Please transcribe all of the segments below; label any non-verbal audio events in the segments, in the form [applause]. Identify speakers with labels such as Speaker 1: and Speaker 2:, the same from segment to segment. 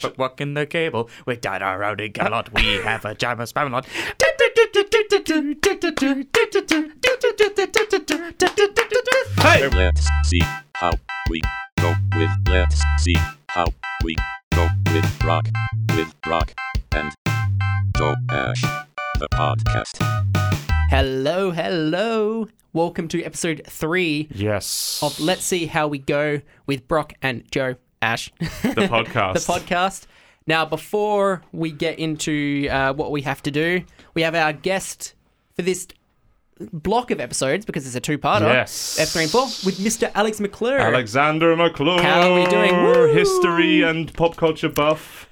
Speaker 1: But walking the cable, we dine our own in Camelot. [laughs] We have a jam of Spamalot.
Speaker 2: Hey!
Speaker 3: Let's see how we go with let's see how we go with rock with rock and Joe Ash the podcast.
Speaker 4: Hello, hello. Welcome to episode three
Speaker 2: Yes.
Speaker 1: Oh,
Speaker 4: of Let's See How We Go with Brock and Joe Ash. [laughs] The
Speaker 2: the podcast.
Speaker 4: podcast. Now, before we get into uh, what we have to do, we have our guest for this block of episodes because it's a two-parter.
Speaker 2: Yes.
Speaker 4: F3 and 4 with Mr. Alex McClure.
Speaker 2: Alexander McClure.
Speaker 4: How are we doing? Woo!
Speaker 2: History and pop culture buff.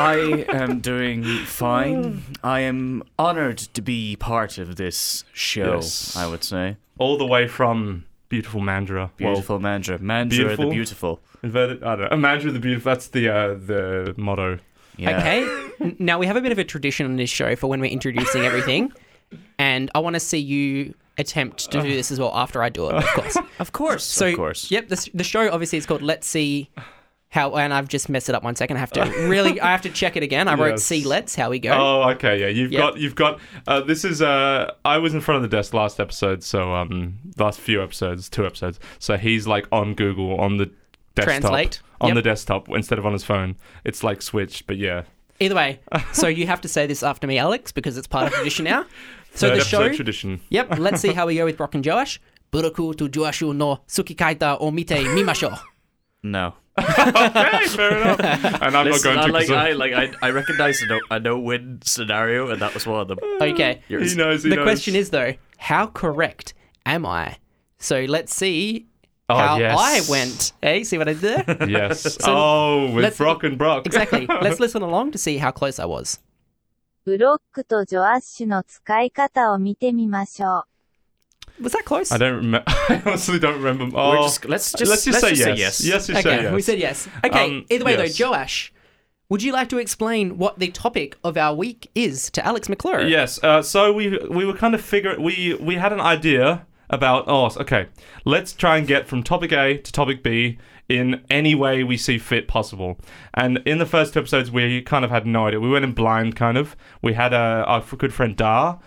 Speaker 1: I am doing fine. I am honored to be part of this show,
Speaker 2: Yes.
Speaker 1: I would say.
Speaker 2: All the way from beautiful Mandra.
Speaker 1: Beautiful Mandra. Mandra
Speaker 2: beautiful?
Speaker 1: the beautiful.
Speaker 2: Well, inverted. I don't know. Mandra the beautiful. That's the uh, the motto.
Speaker 1: Yeah.
Speaker 4: Okay. N- now we have a bit of a tradition on this show for when we're introducing everything, and I want to see you attempt to do this as well after I do it, of course.
Speaker 1: Of course.
Speaker 4: So,
Speaker 1: of course.
Speaker 4: Yep. The, the show obviously is called Let's See How, and I've just messed it up one second. I have to really, I have to check it again. I wrote
Speaker 2: Yes.
Speaker 4: See Let's How We Go.
Speaker 2: Oh, okay. Yeah, you've
Speaker 4: Yep.
Speaker 2: got you've got. Uh, this is. Uh, I was in front of the desk last episode, so um, last few episodes, two episodes. So he's like on Google on the desktop,
Speaker 4: Translate.
Speaker 2: on
Speaker 4: Yep.
Speaker 2: the desktop instead of on his phone. It's like switched, but yeah.
Speaker 4: Either way, so you have to say this after me, Alex, because it's part of tradition now. So
Speaker 2: Third
Speaker 4: the
Speaker 2: episode
Speaker 4: show.
Speaker 2: tradition.
Speaker 4: Yep. Let's see how we go with Brock and Joash. Buroku to Joashu no sukikaita o mite mimasho.
Speaker 1: No.
Speaker 2: Hey, fair enough. And I'm
Speaker 5: Listen,
Speaker 2: not
Speaker 5: I
Speaker 2: going to.
Speaker 5: like,
Speaker 2: 'cause
Speaker 5: I,
Speaker 2: I-
Speaker 5: like, I, I recognize a no, a no win scenario, and that was one of them.
Speaker 4: Okay.
Speaker 2: he knows. He
Speaker 4: the
Speaker 2: knows.
Speaker 4: question is though, how correct am I? So let's see
Speaker 2: Oh,
Speaker 4: how
Speaker 2: yes.
Speaker 4: I went. Hey, see what I did
Speaker 2: [laughs]
Speaker 4: there?
Speaker 2: [laughs]
Speaker 4: [laughs]
Speaker 2: Yes. oh, with
Speaker 4: let's-
Speaker 2: Brock and Brock.
Speaker 4: exactly.
Speaker 2: [laughs]
Speaker 4: Let's listen along to see how close I was.
Speaker 6: ブロックとジョアッシュの使い方を見てみましょう。
Speaker 4: Was that close?
Speaker 2: I don't remember. [laughs] I honestly don't remember.
Speaker 5: We're
Speaker 2: Oh,
Speaker 5: just- let's just,
Speaker 2: let's just say yes. Yes, you
Speaker 4: okay,
Speaker 2: say yes.
Speaker 4: we said yes. Okay,
Speaker 2: Um,
Speaker 4: either way
Speaker 2: yes.
Speaker 4: though, Joash, would you like to explain what the topic of our week is to Alex McClure?
Speaker 2: Yes. Uh, so we we were kind of figuring we we had an idea about oh s- okay let's try and get from topic A to topic B in any way we see fit possible. And in the first two episodes, we kind of had no idea. We went in blind, kind of. We had uh, our f- good friend Dar.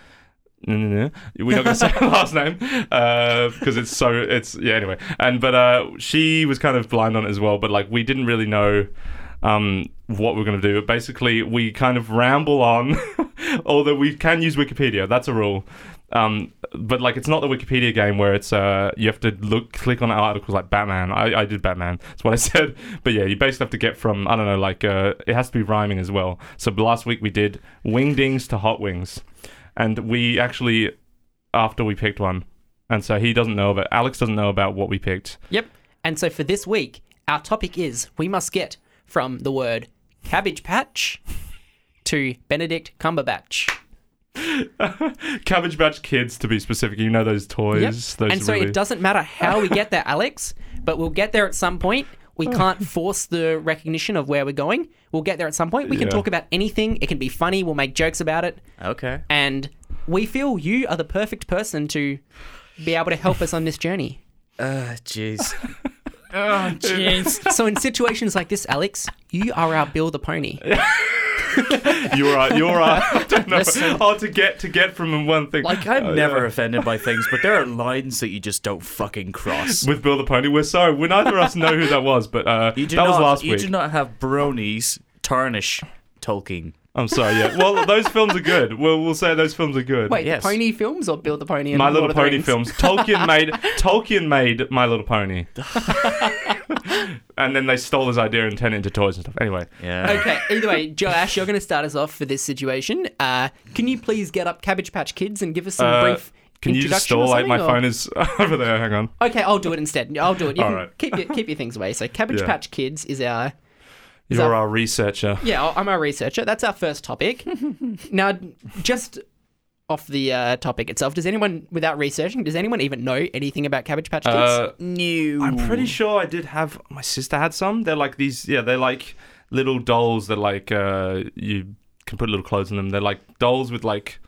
Speaker 2: No, no, no. Mm-hmm. We're not going to say her [laughs] last name because it's so it's yeah. Anyway, and but uh, she was kind of blind on it as well. But like we didn't really know um, what we're going to do. But basically, we kind of ramble on, [laughs] although we can use Wikipedia. That's a rule. Um, but like, it's not the Wikipedia game where it's uh, you have to look, click on articles like Batman. I, I did Batman. That's what I [laughs] said. But yeah, you basically have to get from I don't know, like uh, it has to be rhyming as well. So last week we did wingdings to hot wings, and we actually after we picked one. And so he doesn't know about Alex doesn't know about what we picked.
Speaker 4: Yep. And so for this week, our topic is we must get from the word cabbage patch to Benedict Cumberbatch.
Speaker 2: [laughs] Cabbage Patch Kids, to be specific. You know those toys.
Speaker 4: Yep.
Speaker 2: Those
Speaker 4: And so
Speaker 2: really-
Speaker 4: it doesn't matter how we get there, [laughs] Alex, but we'll get there at some point. We can't force the recognition of where we're going. We'll get there at some point. We can
Speaker 2: Yeah.
Speaker 4: talk about anything. It can be funny. We'll make jokes about it.
Speaker 1: Okay.
Speaker 4: And we feel you are the perfect person to be able to help us on this journey.
Speaker 1: Uh,
Speaker 2: [laughs]
Speaker 1: jeez.
Speaker 4: So in situations like this, Alex, you are our build a pony.
Speaker 2: You're right.
Speaker 4: [laughs]
Speaker 2: You're right. I don't know.
Speaker 1: Listen.
Speaker 2: Oh, to get to get from one thing.
Speaker 1: Like I'm
Speaker 2: Oh,
Speaker 1: never
Speaker 2: yeah.
Speaker 1: offended by things, but there are lines that you just don't fucking cross.
Speaker 2: with Bill the Pony. We're sorry. We neither of us know who that was, but uh,
Speaker 1: You
Speaker 2: that
Speaker 1: do
Speaker 2: was
Speaker 1: not,
Speaker 2: last
Speaker 1: you
Speaker 2: week.
Speaker 1: do not have bronies tarnish Tolkien.
Speaker 2: I'm sorry. Yeah. Well, those films are good. We'll we'll say those films are good.
Speaker 4: Wait,
Speaker 1: Yes.
Speaker 4: pony films or build a pony? And
Speaker 2: My
Speaker 4: Lord
Speaker 2: Little
Speaker 4: of the
Speaker 2: Pony
Speaker 4: Rings?
Speaker 2: films.
Speaker 4: [laughs]
Speaker 2: Tolkien made Tolkien made My Little Pony. and then they stole his idea and turned it into toys and stuff. Anyway.
Speaker 1: Yeah.
Speaker 4: Okay. Either way, Josh, you're going to start us off for this situation. Uh, can you please get up Cabbage Patch Kids and give us some
Speaker 2: Uh,
Speaker 4: brief
Speaker 2: Can you just
Speaker 4: introduction or
Speaker 2: stall? Like my
Speaker 4: something, or-
Speaker 2: phone is [laughs] over there. Hang on.
Speaker 4: Okay, I'll do it instead. I'll do it. You
Speaker 2: All
Speaker 4: can
Speaker 2: right.
Speaker 4: keep your, keep your things away. So Cabbage
Speaker 2: Yeah.
Speaker 4: Patch Kids is our
Speaker 2: You're
Speaker 4: that-
Speaker 2: our researcher.
Speaker 4: yeah. I- I'm our researcher. That's our first
Speaker 2: [laughs]
Speaker 4: topic. now, just off the uh, topic itself, does anyone, without researching, does anyone even know anything about Cabbage Patch Kids?
Speaker 2: Uh,
Speaker 1: New.
Speaker 2: [laughs] I'm pretty sure I did have my sister had some. They're like these yeah, they're like little dolls that like uh you can put little clothes on them. They're like dolls with like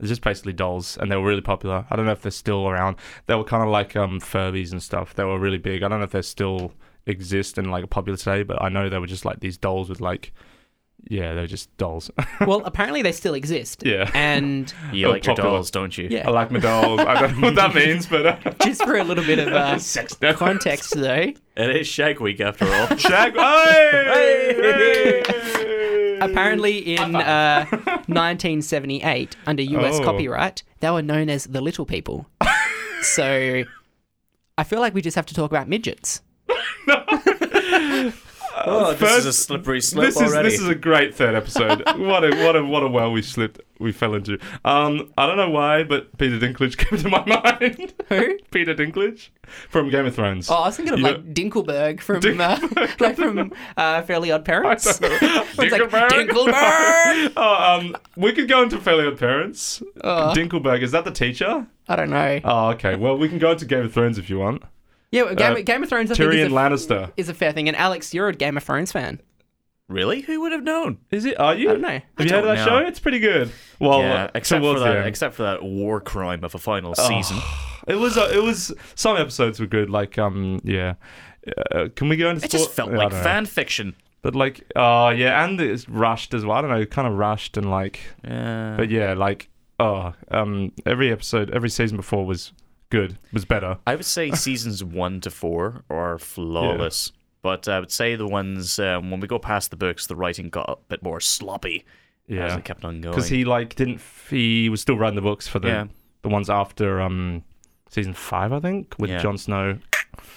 Speaker 2: they're just basically dolls and they were really popular. I don't know if they're still around. They were kind of like um Furbies and stuff. They were really big. I don't know if they're still exist and like are popular today, but I know they were just like these dolls with like, yeah, they were just dolls. [laughs]
Speaker 4: well, apparently they still exist.
Speaker 2: Yeah.
Speaker 4: And
Speaker 1: You
Speaker 2: Oh,
Speaker 1: like your
Speaker 2: popular.
Speaker 1: dolls, don't you?
Speaker 4: Yeah.
Speaker 2: I like my dolls. I don't know what that means, but uh,
Speaker 4: just for a little bit
Speaker 2: [laughs]
Speaker 4: of uh,
Speaker 2: sex dolls.
Speaker 4: context, though,
Speaker 5: It is Shag Week after
Speaker 2: [laughs]
Speaker 5: all.
Speaker 2: Shag. Hey! Hey! Mm,
Speaker 4: apparently in uh,
Speaker 2: [laughs]
Speaker 4: 1978, under US
Speaker 2: Oh.
Speaker 4: copyright, they were known as the Little
Speaker 2: [laughs]
Speaker 4: People. so I feel like we just have to talk about midgets.
Speaker 5: Oh,
Speaker 1: [laughs]
Speaker 5: this
Speaker 2: First-
Speaker 5: is a slippery slope
Speaker 2: This is
Speaker 5: already.
Speaker 2: this is a great third episode. what a what a what a well we slipped we fell into. Um, I don't know why, but Peter Dinklage [laughs] came to my mind. [laughs]
Speaker 4: Who?
Speaker 2: Peter Dinklage from Game of Thrones. [laughs]
Speaker 4: Oh, I was thinking of
Speaker 2: You
Speaker 4: like Dinkelberg from
Speaker 2: [laughs]
Speaker 4: uh, [laughs] like from uh, Fairly Odd Parents.
Speaker 2: don't know.
Speaker 4: It's [laughs] like,
Speaker 2: Dinkelberg?
Speaker 4: Dinkelberg.
Speaker 2: [laughs] Oh, um, we could go into Fairly Odd Parents.
Speaker 4: Oh.
Speaker 2: Dinkelberg is that the teacher?
Speaker 4: I don't know.
Speaker 2: Oh, okay. Well, we can go into Game of Thrones if you want.
Speaker 4: yeah, well, Game,
Speaker 2: uh,
Speaker 4: Game of Thrones. I think
Speaker 2: Tyrion
Speaker 4: is a,
Speaker 2: Lannister.
Speaker 4: is a fair thing. And Alex, you're a Game of Thrones fan.
Speaker 1: Really? Who would have known?
Speaker 2: Is it? Are you? I
Speaker 4: don't know.
Speaker 2: Have
Speaker 4: I
Speaker 2: you heard of
Speaker 1: don't
Speaker 2: that
Speaker 1: know.
Speaker 2: show? It's pretty good. Well,
Speaker 1: yeah,
Speaker 2: uh,
Speaker 1: except for
Speaker 2: towards the
Speaker 1: that,
Speaker 2: end. Oh.
Speaker 1: except for that war crime of a final season.
Speaker 2: It was. Uh, it was. Some episodes were good. Like, um, yeah. Uh, can we go into?
Speaker 1: It just
Speaker 2: spoil-
Speaker 1: felt
Speaker 2: I
Speaker 1: like
Speaker 2: don't know.
Speaker 1: fan fiction.
Speaker 2: But like, oh yeah, and it's rushed as well. I don't know, kind of rushed and like,
Speaker 1: Yeah.
Speaker 2: but yeah, like, oh, um, every episode, every season before was good, was better.
Speaker 1: I would
Speaker 2: [laughs]
Speaker 1: say seasons one to four are flawless, but I would say the ones um, when we go past the books, the writing got a bit more sloppy as
Speaker 2: Yeah,
Speaker 1: it kept on going.
Speaker 2: because he like didn't. f- He was still writing the books for the
Speaker 1: Yeah.
Speaker 2: the ones after um season five, I think, with
Speaker 1: Yeah.
Speaker 2: Jon Snow.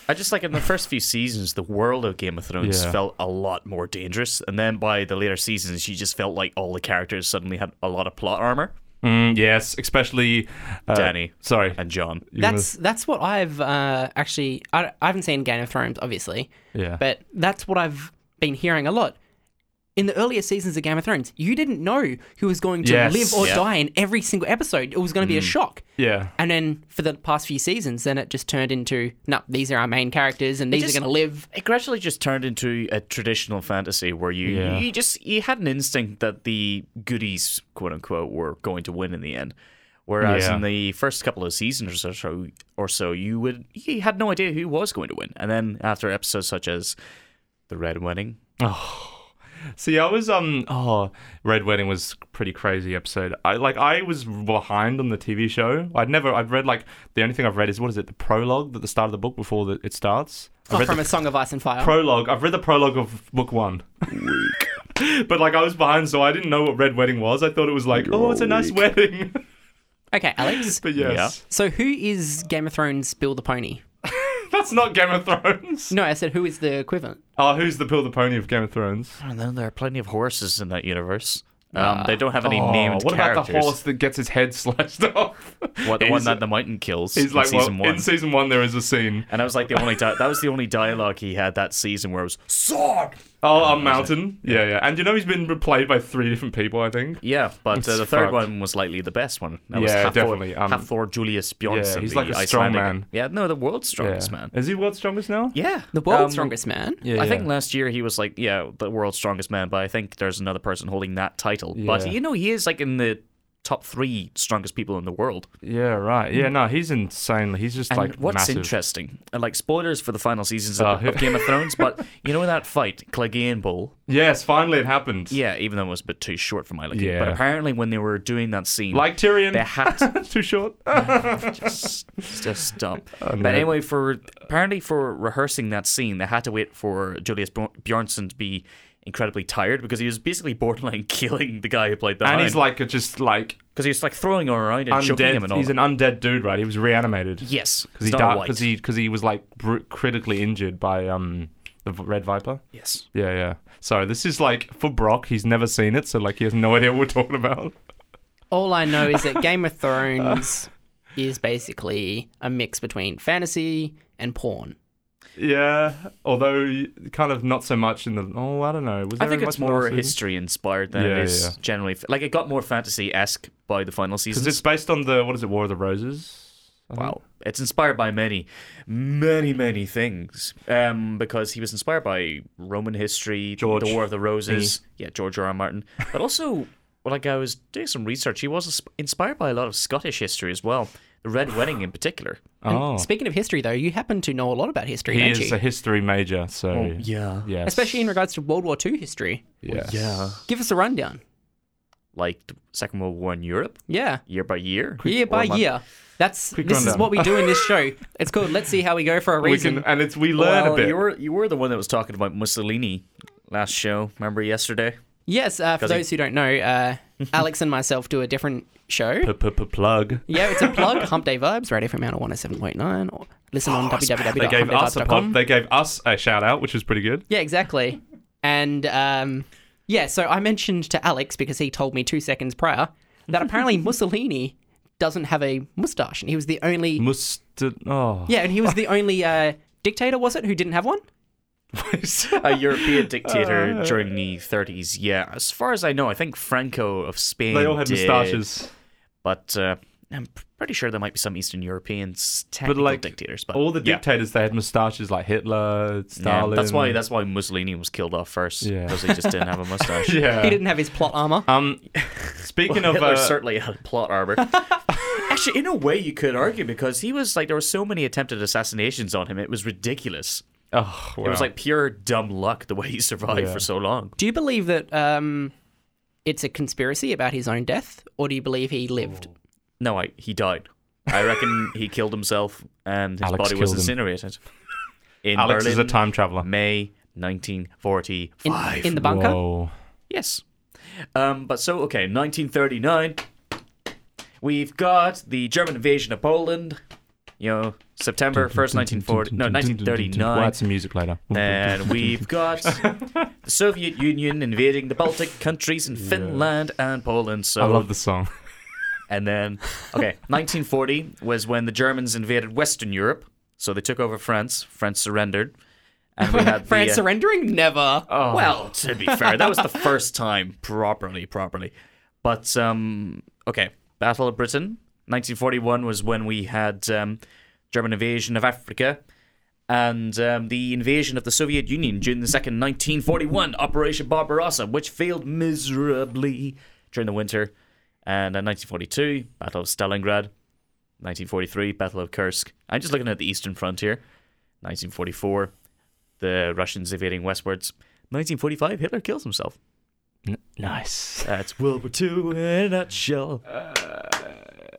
Speaker 1: I just like in the first few seasons, the world of Game of Thrones
Speaker 2: Yeah.
Speaker 1: felt a lot more dangerous, and then by the later seasons, you just felt like all the characters suddenly had a lot of plot armor.
Speaker 2: Mm, yes, especially uh,
Speaker 1: Danny.
Speaker 2: Sorry,
Speaker 1: And John,
Speaker 2: you're gonna-
Speaker 4: That's that's what I've uh, actually. I, I haven't seen Game of Thrones, obviously,
Speaker 2: yeah.
Speaker 4: but that's what I've been hearing a lot. In the earlier seasons of Game of Thrones, you didn't know who was going to
Speaker 2: Yes.
Speaker 4: live or
Speaker 1: Yeah.
Speaker 4: die in every single episode. It was going to be a shock.
Speaker 2: yeah.
Speaker 4: And then for the past few seasons, then it just turned into, no, these are our main characters and these
Speaker 1: just-
Speaker 4: are going to live.
Speaker 1: it gradually just turned into a traditional fantasy where you
Speaker 2: Yeah.
Speaker 1: you just you had an instinct that the goodies quote unquote were going to win in the end. Whereas
Speaker 2: Yeah.
Speaker 1: in the first couple of seasons or so, or so, you would you had no idea who was going to win, and then after episodes such as the Red Wedding,
Speaker 2: See, I was um oh, Red Wedding was pretty crazy episode. I like I was behind on the TV show. I'd never I've read like the only thing I've read is what is it the prologue at the start of the book before the, it starts. I
Speaker 4: Oh,
Speaker 2: read
Speaker 4: from
Speaker 2: the
Speaker 4: A Song of Ice and Fire.
Speaker 2: prologue. I've read the prologue of book one. [laughs] but like I was behind, so I didn't know what Red Wedding was. I thought it was like oh, it's a nice wedding. [laughs]
Speaker 4: okay, Alex.
Speaker 2: but yes,
Speaker 4: So who is Game of Thrones Bill the Pony?
Speaker 2: that's not Game of Thrones.
Speaker 4: No, I said who is the equivalent?
Speaker 2: Oh, who's the pill the pony of Game of Thrones?
Speaker 1: and then there are plenty of horses in that universe. Um,
Speaker 4: Ah.
Speaker 1: they don't have any
Speaker 2: Oh,
Speaker 1: named
Speaker 2: what
Speaker 1: characters.
Speaker 2: about the horse that gets his head slashed [laughs] off?
Speaker 1: What the one
Speaker 2: He's-
Speaker 1: that the mountain kills
Speaker 2: He's
Speaker 1: in
Speaker 2: like, well,
Speaker 1: season one?
Speaker 2: in season one there is a scene.
Speaker 1: and that was like the only di- that was the only dialogue he had that season where it was sword.
Speaker 2: Oh, a mountain. Yeah, yeah. And you know he's been replayed by three different people, I think.
Speaker 1: Yeah, but uh, the third
Speaker 2: Fuck.
Speaker 1: one was likely the best one. That
Speaker 2: Yeah,
Speaker 1: was Hathor,
Speaker 2: definitely, um,
Speaker 1: Hathor Julius Bjornsson.
Speaker 2: yeah, he's
Speaker 1: the
Speaker 2: like a strong
Speaker 1: Icelandic.
Speaker 2: man.
Speaker 1: Yeah, no, the world's strongest man.
Speaker 2: Is he world's strongest now?
Speaker 1: Yeah,
Speaker 4: The world's
Speaker 1: um,
Speaker 4: strongest man.
Speaker 2: Yeah,
Speaker 1: I think
Speaker 2: yeah.
Speaker 1: last year he was like, yeah, the world's strongest man, but I think there's another person holding that title. But
Speaker 2: Yeah.
Speaker 1: you know, he is like in the top three strongest people in the world.
Speaker 2: Yeah, right. Yeah, no, he's insanely. He's just
Speaker 1: And
Speaker 2: like
Speaker 1: what's
Speaker 2: massive.
Speaker 1: interesting, and like spoilers for the final seasons
Speaker 2: Uh,
Speaker 1: of,
Speaker 2: who-
Speaker 1: of Game of Thrones,
Speaker 2: [laughs]
Speaker 1: but you know in that fight, Clegane Bowl,
Speaker 2: Yes, finally it happened.
Speaker 1: yeah, even though it was a bit too short for my liking, but
Speaker 2: Yeah.
Speaker 1: apparently when they were doing that scene,
Speaker 2: Like Tyrion.
Speaker 1: they had to
Speaker 2: [laughs] Too short.
Speaker 1: just, just
Speaker 2: [laughs]
Speaker 1: stop.
Speaker 2: no.
Speaker 1: But anyway, for apparently for rehearsing that scene, they had to wait for Julius Bjor- Bjornsson to be incredibly tired because he was basically borderline [laughs] killing the guy who played that.
Speaker 2: and he's like just like
Speaker 1: because he was like throwing him around and choking him and
Speaker 2: undead.
Speaker 1: all.
Speaker 2: He's
Speaker 1: that.
Speaker 2: an undead dude, right? He was reanimated.
Speaker 1: yes,
Speaker 2: Because he
Speaker 1: Snow
Speaker 2: died.
Speaker 1: White.
Speaker 2: Because he because he was like br- critically injured by um the v- red viper.
Speaker 1: yes.
Speaker 2: Yeah, yeah. So this is like for Brock. He's never seen it, so like he has no [laughs] idea what we're talking about.
Speaker 4: All I know is that Game of Thrones is basically a mix between fantasy and porn.
Speaker 2: Yeah, although y- kind of not so much in the. Oh, I don't know. Was
Speaker 1: I
Speaker 2: there
Speaker 1: think
Speaker 2: much
Speaker 1: it's more
Speaker 2: last season?
Speaker 1: history inspired than it
Speaker 2: Yeah,
Speaker 1: is
Speaker 2: yeah.
Speaker 1: generally f- like it got more fantasy esque by the final season.
Speaker 2: Because it's based on the what is it, War of the Roses? I think?
Speaker 1: Wow. It's inspired by many, many, many things. Um, because he was inspired by Roman history,
Speaker 2: George.
Speaker 1: the War of the Roses, yeah, George R. R. Martin. But also, well, like I was doing some research, he was ins- inspired by a lot of Scottish history as well. the Red Wedding in particular.
Speaker 4: And
Speaker 2: Oh,
Speaker 4: Speaking of history, though, you happen to know a lot about history,
Speaker 2: he
Speaker 4: don't
Speaker 2: is
Speaker 4: you?
Speaker 2: a history major, so
Speaker 1: Oh, yeah.
Speaker 2: yes.
Speaker 4: Especially in regards to World War II history.
Speaker 2: yes.
Speaker 1: Yeah.
Speaker 4: Give us a rundown.
Speaker 1: Like the Second World War in Europe,
Speaker 4: Yeah.
Speaker 1: year by year.
Speaker 4: year by
Speaker 1: Or month-
Speaker 4: year. That's
Speaker 2: Quick
Speaker 4: this is
Speaker 2: rundown.
Speaker 4: what we do in
Speaker 2: [laughs]
Speaker 4: this show. It's called Let's See How We Go for a
Speaker 2: We
Speaker 4: reason.
Speaker 2: can, and it's we learn
Speaker 1: well,
Speaker 2: a bit.
Speaker 1: You were you were the one that was talking about Mussolini last show. Remember yesterday?
Speaker 4: Yes, uh, for
Speaker 1: Does he-
Speaker 4: those who don't know, uh,
Speaker 2: [laughs]
Speaker 4: Alex and myself do a different show.
Speaker 2: Plug.
Speaker 4: Yeah, it's a plug. Hump Day Vibes, Radio from Mountain 107.9. Or listen
Speaker 2: Oh,
Speaker 4: on
Speaker 2: They gave us a pub.
Speaker 4: www.humpdayvibes.com.
Speaker 2: They gave us a shout out, which was pretty good.
Speaker 4: Yeah, exactly. And um, yeah, so I mentioned to Alex because he told me two seconds prior that apparently
Speaker 2: [laughs]
Speaker 4: Mussolini doesn't have a mustache, and he was the only
Speaker 2: Mustard. Oh.
Speaker 4: yeah, and he was
Speaker 2: [laughs]
Speaker 4: the only uh, dictator, was it, who didn't have one?
Speaker 1: a [laughs] European dictator during the 30s. Yeah, as far as I know, I think Franco of Spain.
Speaker 2: They all had
Speaker 1: did,
Speaker 2: moustaches.
Speaker 1: but uh, I'm p- pretty sure there might be some Eastern Europeans
Speaker 2: But
Speaker 1: technical
Speaker 2: like
Speaker 1: dictators. But
Speaker 2: all the
Speaker 1: yeah.
Speaker 2: dictators, they had moustaches like Hitler,
Speaker 1: Yeah,
Speaker 2: Stalin.
Speaker 1: that's why that's why Mussolini was killed off first
Speaker 2: Yeah.
Speaker 1: because he just [laughs] didn't have a mustache.
Speaker 2: Yeah.
Speaker 4: He didn't have his plot armor.
Speaker 2: Um, speaking of
Speaker 1: Hitler
Speaker 2: uh,
Speaker 1: certainly had plot [laughs] armor. Actually, in a way, you could argue because he was like there were so many attempted assassinations on him, it was ridiculous.
Speaker 2: oh,
Speaker 1: It was
Speaker 2: wow.
Speaker 1: like pure dumb luck the way he survived
Speaker 2: Yeah.
Speaker 1: for so long.
Speaker 4: Do you believe that um, it's a conspiracy about his own death, or do you believe he lived?
Speaker 1: No, I, he died. I reckon he killed himself and his
Speaker 2: Alex
Speaker 1: body was
Speaker 2: killed him.
Speaker 1: incinerated. In
Speaker 2: Alex
Speaker 1: Berlin,
Speaker 2: is a time traveler.
Speaker 1: May 1945.
Speaker 4: in the bunker?
Speaker 2: Oh, Whoa.
Speaker 1: yes. Um, but so, okay, 1939. We've got the German invasion of Poland. You know, September 1st, 1940. No,
Speaker 2: We'll
Speaker 1: 1939.
Speaker 2: add some music later.
Speaker 4: Uh,
Speaker 1: And we've got the Soviet Union invading the Baltic countries and Finland and Poland. So
Speaker 2: I love the song. [laughs]
Speaker 1: and then, okay, 1940 was when the Germans invaded Western Europe. So they took over France. France surrendered. And we had
Speaker 4: France
Speaker 1: the, uh,
Speaker 4: surrendering? Never.
Speaker 2: Oh,
Speaker 1: Well, to be fair, that was the first time properly, properly. But, um, okay, Battle of Britain. 1941 was when we had um, German invasion of Africa and um, the invasion of the Soviet Union, June the 2nd, 1941, Operation Barbarossa, which failed miserably during the winter. And in 1942, Battle of Stalingrad. 1943, Battle of Kursk. I'm just looking at the Eastern Frontier. 1944, the Russians evading westwards. 1945, Hitler kills himself.
Speaker 2: nice.
Speaker 1: That's World War II in a nutshell.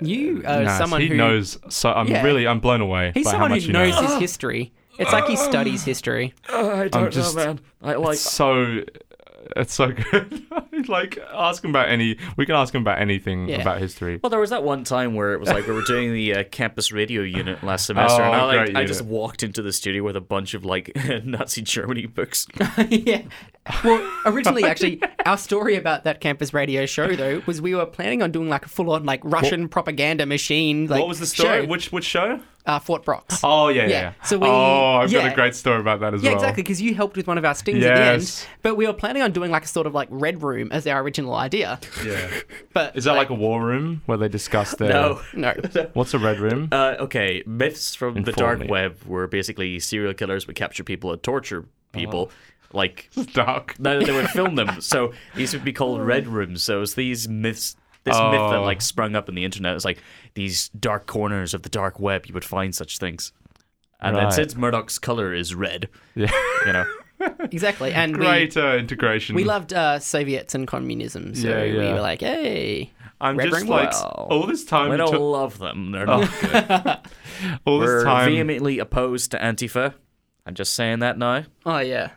Speaker 4: You are
Speaker 2: uh, nice.
Speaker 4: Uh, someone
Speaker 2: he
Speaker 4: who
Speaker 2: knows. So I'm
Speaker 4: Yeah.
Speaker 2: really, I'm blown away.
Speaker 4: he's
Speaker 2: by
Speaker 4: someone
Speaker 2: how much Oh.
Speaker 4: who
Speaker 2: you
Speaker 4: knows
Speaker 2: Know.
Speaker 4: his history. It's like he studies history.
Speaker 1: I
Speaker 2: don't know, just- man.
Speaker 1: I like.
Speaker 2: It's so, uh, it's so [laughs] good. like, ask him about any. We can ask him about anything
Speaker 4: Yeah.
Speaker 2: about history.
Speaker 1: Well, there was that one time where it was like we were doing the uh, campus radio unit last
Speaker 2: [laughs]
Speaker 1: semester, and I,
Speaker 2: Oh,
Speaker 1: like,
Speaker 2: great
Speaker 1: I just
Speaker 2: unit.
Speaker 1: walked into the studio with a bunch of like [laughs] Nazi Germany books.
Speaker 4: [laughs] yeah. Well, originally, actually, our story about that campus radio show though was we were planning on doing like a full-on like Russian propaganda machine. Like,
Speaker 2: what was the story?
Speaker 4: Show,
Speaker 2: Which which show?
Speaker 4: uh, Fort Brox.
Speaker 2: Oh yeah, yeah.
Speaker 4: Yeah.
Speaker 2: yeah.
Speaker 4: So we-
Speaker 2: oh, I've
Speaker 4: yeah.
Speaker 2: got a great story about that as
Speaker 4: Yeah,
Speaker 2: well.
Speaker 4: exactly, because you helped with one of our stings
Speaker 2: Yes.
Speaker 4: at the end. But we were planning on doing like a sort of like red room as our original idea.
Speaker 2: Yeah.
Speaker 4: [laughs] But
Speaker 2: Is that like a war room where
Speaker 4: [laughs]
Speaker 2: they discuss their?
Speaker 1: No.
Speaker 4: no?
Speaker 2: What's a red room?
Speaker 1: Uh, okay, myths from the
Speaker 2: Inform
Speaker 1: dark
Speaker 2: me.
Speaker 1: web were basically serial killers would capture people and torture people.
Speaker 2: Oh.
Speaker 1: Like
Speaker 2: Dark.
Speaker 1: no, they would film them. So these would be called red rooms. So it's these myths, this myth that
Speaker 2: Oh.
Speaker 1: like sprung up in the internet. It's like these dark corners of the dark web. You would find such things. And then
Speaker 2: Right.
Speaker 1: since Murdoch's color is red,
Speaker 2: Yeah. [laughs]
Speaker 1: you know,
Speaker 4: Exactly, and we
Speaker 2: Greater integration.
Speaker 4: we loved uh, Soviets and communism, so
Speaker 2: Yeah,
Speaker 4: we
Speaker 2: yeah.
Speaker 4: were like, hey,
Speaker 2: I'm
Speaker 4: red
Speaker 2: just
Speaker 4: room?
Speaker 2: like
Speaker 4: Well,
Speaker 2: all this time.
Speaker 1: we
Speaker 2: it
Speaker 1: don't
Speaker 2: took-
Speaker 1: love them. They're not good.
Speaker 2: all
Speaker 1: We're
Speaker 2: Oh, this time.
Speaker 1: vehemently opposed to Antifa. I'm just saying that now.
Speaker 4: oh yeah,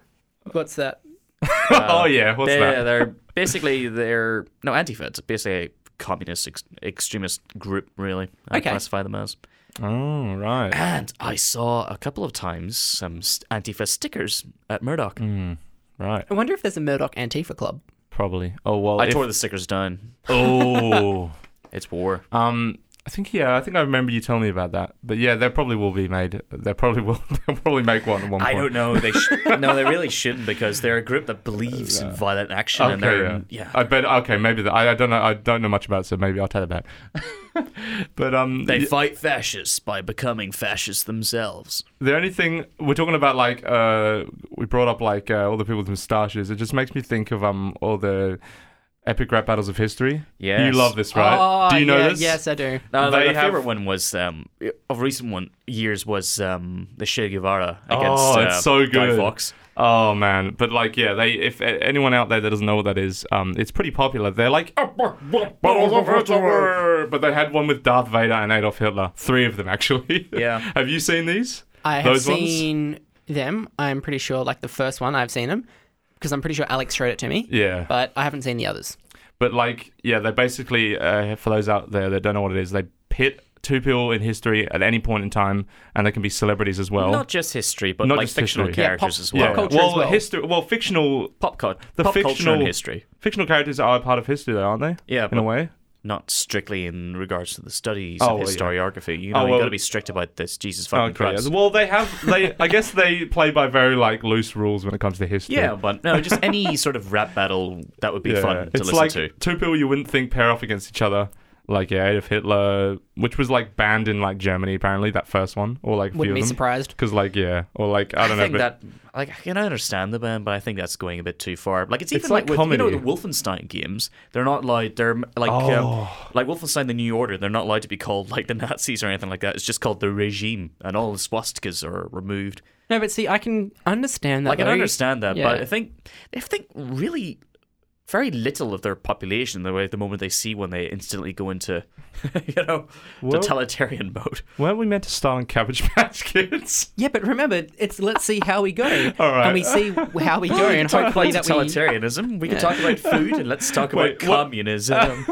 Speaker 4: what's that?
Speaker 2: [laughs] oh yeah. What's
Speaker 1: they're,
Speaker 2: that? [laughs]
Speaker 1: they're basically they're no Antifa. It's basically a communist ex- extremist group. Really, I
Speaker 4: Okay.
Speaker 1: classify them as.
Speaker 2: Oh right.
Speaker 1: And I saw a couple of times some st- Antifa stickers at Murdoch.
Speaker 2: Mm. Right.
Speaker 4: I wonder if there's a Murdoch Antifa club.
Speaker 2: Probably. Oh well.
Speaker 1: I
Speaker 2: if-
Speaker 1: tore the stickers down.
Speaker 2: Oh.
Speaker 1: It's war.
Speaker 2: Um, I think yeah, I think I remember you telling me about that. But yeah, there probably will be made. There probably will. [laughs] They'll probably make one at one
Speaker 1: I don't
Speaker 2: point.
Speaker 1: know.
Speaker 2: [laughs]
Speaker 1: They sh- no, they really shouldn't because they're a group that believes in violent action and
Speaker 2: Uh, Okay,
Speaker 1: they're
Speaker 2: yeah.
Speaker 1: yeah.
Speaker 2: I bet. Okay, maybe that. I, I don't know. I don't know much about it, so maybe I'll tell about. it. [laughs] but um,
Speaker 1: they
Speaker 2: y-
Speaker 1: fight fascists by becoming fascists themselves.
Speaker 2: the only thing we're talking about, like, uh, we brought up like uh, all the people with moustaches. It just makes me think of um all the Epic Rap Battles of History. Yeah, You
Speaker 1: Yes.
Speaker 2: love this, right?
Speaker 4: Oh,
Speaker 2: Do you know
Speaker 4: yeah,
Speaker 2: this?
Speaker 4: Yes, I do.
Speaker 1: No, like,
Speaker 2: They
Speaker 1: Uh, my
Speaker 2: have-
Speaker 1: favorite one was um, of recent one years was um, the Che Guevara against
Speaker 2: Oh, it's
Speaker 1: uh,
Speaker 2: so
Speaker 1: Guy
Speaker 2: good.
Speaker 1: Fawkes.
Speaker 2: Oh man, but like yeah, they if a- anyone out there that doesn't know what that is, um, it's pretty popular. They're like, "Oh, but they had one with Darth Vader and Adolf Hitler. Three of them actually.
Speaker 1: Yeah.
Speaker 2: [laughs] have you seen these?
Speaker 4: I have
Speaker 2: Those ones.
Speaker 4: seen them. I'm pretty sure, like the first one, I've seen them because I'm pretty sure Alex showed it to me.
Speaker 2: Yeah, but,
Speaker 4: But I haven't seen the others.
Speaker 2: like yeah, they basically uh, for those out there that don't know what it is, they pit two people in history at any point in time, and they can be celebrities as well.
Speaker 1: Not just history, but
Speaker 2: Not
Speaker 1: like
Speaker 2: just
Speaker 1: fictional
Speaker 2: history. Yeah,
Speaker 4: pop-
Speaker 1: characters as
Speaker 4: pop
Speaker 1: well.
Speaker 2: yeah,
Speaker 4: culture
Speaker 2: well,
Speaker 4: as well.
Speaker 2: history, well, fictional,
Speaker 1: Pop, cul-
Speaker 2: the
Speaker 1: pop
Speaker 2: fictional
Speaker 1: culture and history.
Speaker 2: fictional characters are a part of history, though, aren't they?
Speaker 1: Yeah,
Speaker 2: in a
Speaker 1: but-
Speaker 2: way.
Speaker 1: Not strictly in regards to the studies
Speaker 2: Oh,
Speaker 1: of
Speaker 2: well, yeah.
Speaker 1: historiography. You
Speaker 2: Oh,
Speaker 1: know, you
Speaker 2: well-
Speaker 1: got to be strict about this. Jesus fucking
Speaker 2: Okay.
Speaker 1: Christ.
Speaker 2: Oh, Well, they have they. I guess they play by very like loose rules when it comes to history.
Speaker 1: yeah, but no, just
Speaker 2: [laughs]
Speaker 1: any sort of rap battle that would be
Speaker 2: Yeah.
Speaker 1: fun to
Speaker 2: it's
Speaker 1: listen
Speaker 2: like
Speaker 1: to.
Speaker 2: two people you wouldn't think pair off against each other. Like yeah, Adolf Hitler, which was like banned in like Germany apparently that first one, or like a
Speaker 4: Wouldn't
Speaker 2: few
Speaker 4: be
Speaker 2: of them.
Speaker 4: surprised.
Speaker 2: Because like yeah, or like I
Speaker 1: I,
Speaker 2: don't know.
Speaker 1: think that
Speaker 2: But
Speaker 1: like I can understand the ban, but I think that's going a bit too far. Like it's even
Speaker 2: It's
Speaker 1: like,
Speaker 2: like
Speaker 1: with you
Speaker 2: comedy.
Speaker 1: know the Wolfenstein games, they're not like they're like um,
Speaker 2: Oh.
Speaker 1: like Wolfenstein: The New Order. They're not allowed to be called like the Nazis or anything like that. It's just called the regime, and all the swastikas are removed.
Speaker 4: No, but see, I can understand that.
Speaker 1: I can
Speaker 4: though.
Speaker 1: understand that, but
Speaker 4: yeah.
Speaker 1: I think I think really very little of their population the way the moment they see one they instantly go into [laughs] you know
Speaker 2: Well-
Speaker 1: totalitarian mode.
Speaker 2: weren't we meant to start on Cabbage [laughs] Patch Kids?
Speaker 4: Yeah, but remember, it's let's see how we go,
Speaker 2: [laughs] All right.
Speaker 4: and we see how we go,
Speaker 2: [laughs]
Speaker 4: and hopefully that we.
Speaker 1: totalitarianism. We can talk about food and let's talk about
Speaker 2: Wait, what- [laughs]
Speaker 1: communism.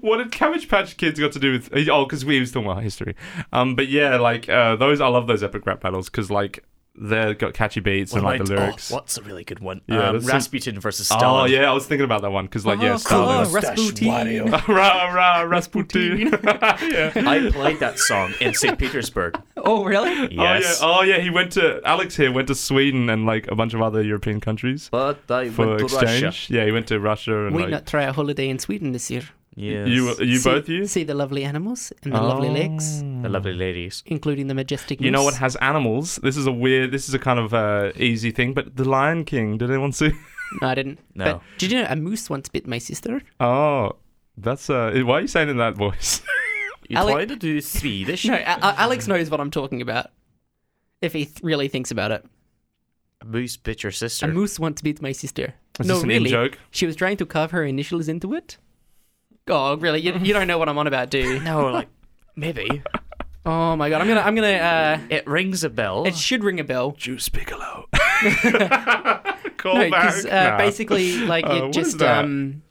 Speaker 2: what did Cabbage Patch Kids got to do with? Oh, because we was talking about history. Um, but yeah, like uh, those I love those epic rap battles because like they've got catchy beats and like
Speaker 1: Right,
Speaker 2: the lyrics.
Speaker 1: Oh, what's a really good one?
Speaker 2: Yeah,
Speaker 1: um,
Speaker 2: that's some-
Speaker 1: Rasputin versus Stalin.
Speaker 2: Oh yeah, I was thinking about that one because like yeah,
Speaker 4: Oh,
Speaker 2: Stalin.
Speaker 4: cool. Rasputin.
Speaker 2: [laughs] ra ra Rasputin. [laughs] yeah.
Speaker 1: I played that song in St.
Speaker 2: [laughs]
Speaker 1: Petersburg.
Speaker 4: Oh, really?
Speaker 1: Yes.
Speaker 2: Oh yeah. Oh yeah. He went to Alex here went to Sweden and like a bunch of other European countries
Speaker 1: But I
Speaker 2: for
Speaker 1: went to
Speaker 2: exchange.
Speaker 1: Russia.
Speaker 2: Yeah, he went to Russia and
Speaker 4: We
Speaker 2: like
Speaker 4: not try a holiday in Sweden this year.
Speaker 1: Yes.
Speaker 2: you you
Speaker 4: see,
Speaker 2: both you.
Speaker 4: see the lovely animals and the lovely lakes,
Speaker 1: the lovely ladies.
Speaker 4: including the majestic.
Speaker 2: You know
Speaker 4: moose.
Speaker 2: what has animals? This is a weird. This is a kind of uh, easy thing. But the Lion King. Did anyone see? [laughs]
Speaker 4: No, I didn't.
Speaker 1: No.
Speaker 4: But did you know a moose once bit my sister?
Speaker 2: Oh, that's uh. Why are you saying it in that voice? [laughs]
Speaker 1: You
Speaker 4: Ale-
Speaker 1: tried to do Swedish? [laughs]
Speaker 4: No, A- A- Alex knows what I'm talking about. If he th- really thinks about it,
Speaker 1: Moose bit your
Speaker 4: a
Speaker 1: sister.
Speaker 4: moose once bit my sister.
Speaker 2: Is
Speaker 4: no,
Speaker 2: this an
Speaker 4: really.
Speaker 2: in-joke?
Speaker 4: She was trying to carve her initials into it. Oh, really? You, you don't know what I'm on about, do you?
Speaker 1: [laughs] no, Oh, like maybe
Speaker 4: Oh my god, I'm gonna, I'm gonna. Uh,
Speaker 1: it rings a bell.
Speaker 4: it should ring a bell.
Speaker 2: Juice [laughs] Bigelow.
Speaker 4: No,
Speaker 2: Call
Speaker 4: because
Speaker 2: back.
Speaker 4: uh,
Speaker 2: Nah.
Speaker 4: basically, like
Speaker 2: [laughs] Uh,
Speaker 4: it
Speaker 2: what is
Speaker 4: just
Speaker 2: that?
Speaker 4: um,